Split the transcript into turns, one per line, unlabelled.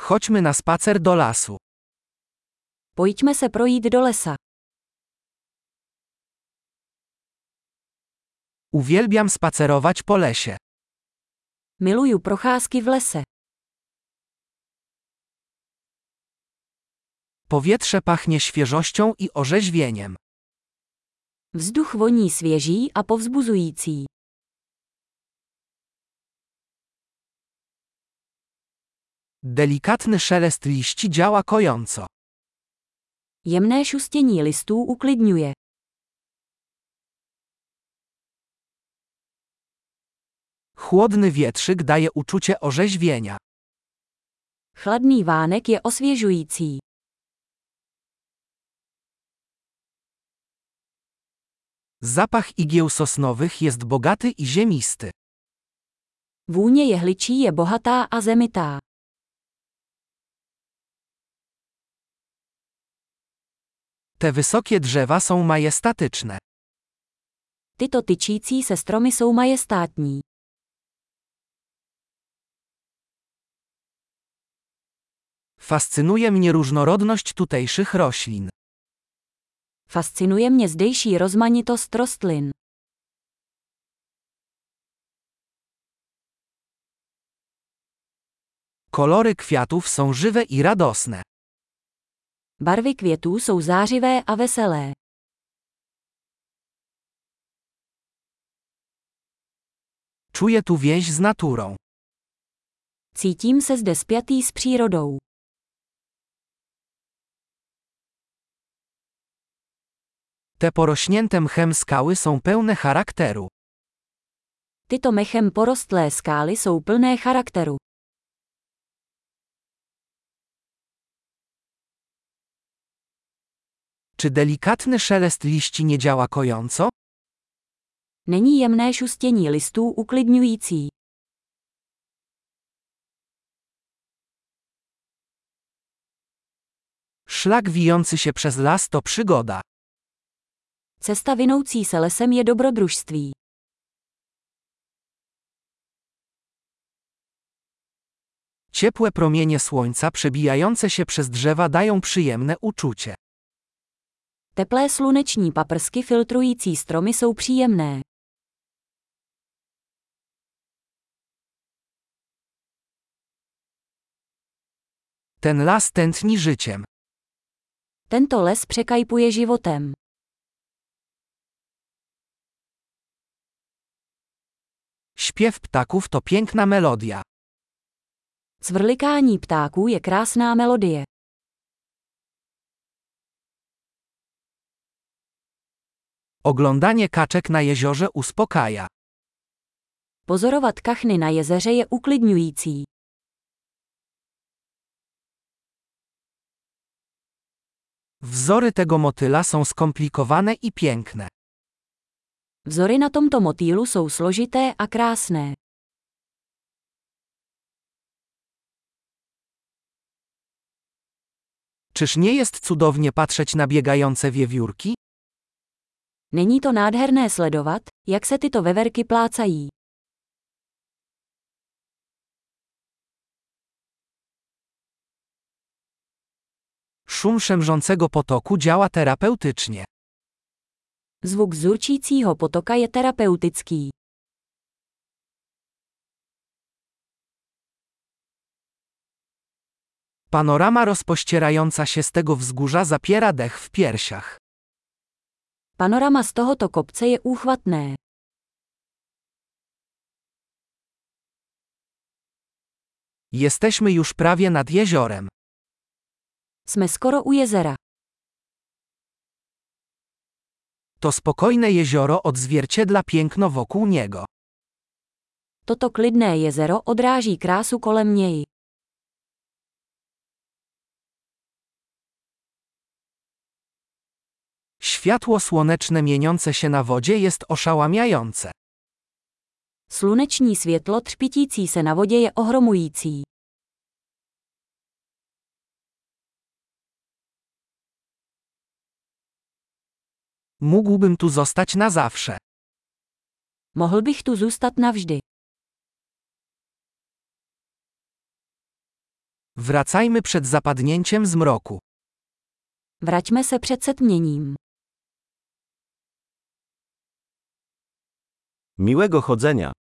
Chodźmy na spacer do lasu.
Pojďme se projít do lesa.
Uwielbiam spacerować po lesie.
Miluju procházky v lese.
Powietrze pachnie świeżością i orzeźwieniem.
Vzduch voní svěží a povzbuzující.
Delikatny szelest liści działa kojąco.
Jemné šustění listů uklidňuje.
Chłodny wietrzyk daje uczucie orzeźwienia.
Chladný vánek je osvěžující.
Zapach igieł sosnowych jest bogaty i ziemisty.
Vůně jehličí je bohatá a zemitá.
Te wysokie drzewa są majestatyczne.
Tyto tyčící se stromy jsou majestátní.
Fascynuje mnie różnorodność tutejszych roślin.
Fascinuje mě zdejší rozmanitost rostlin.
Kolory kwiatów są żywe i radosne.
Barvy květů jsou zářivé a veselé.
Czuję tu więź z naturą.
Cítím se zde spjatý s přírodou.
Te porośnięte mchem skały są pełne charakteru.
Tyto mechem porostlé skály jsou plné charakteru.
Czy delikatny szelest liści nie działa kojąco?
Není jemné šustění listů uklidňující.
Szlak wijący się przez las to przygoda.
Cesta vinoucí se lesem je dobrodružství.
Ciepłe promienie słońca przebijające się przez drzewa dają przyjemne uczucie.
Teplé sluneční paprsky filtrující stromy jsou příjemné.
Ten las tętni życiem.
Tento les překajpuje životem.
Śpiew ptaków to piękna melodia.
Cvrlikání ptáků je krásná melodie.
Oglądanie kaczek na jeziorze uspokaja.
Pozorovat kachny na jezeře je uklidňující.
Wzory tego motyla są skomplikowane i piękne.
Vzory na tomto motýlu jsou složité a krásné.
Czyż nie jest cudownie patrzeć na biegające wiewiórki?
Není to nádherné sledovat, jak se tyto veverky plácají.
Szum szemrzącego potoku działa terapeutycznie.
Zvuk zurčícího potoka je terapeutický.
Panorama rozpościerająca się z tego wzgórza zapiera dech w piersiach.
Panorama z tohoto kopce je úchvatné.
Jesteśmy już prawie nad jeziorem.
Jsme skoro u jezera.
To spokojne jezioro odzwierciedla piękno wokół niego.
Toto klidné jezero odráží krásu kolem něj.
Światło słoneczne mieniące się na wodzie jest oszałamiające.
Sluneční světlo třpitící se na vodě je ohromující.
Mógłbym tu zostać na zawsze.
Mohl bych tu zůstat navždy.
Wracajmy przed zapadnięciem zmroku.
Vraťme se před setměním.
Miłego chodzenia.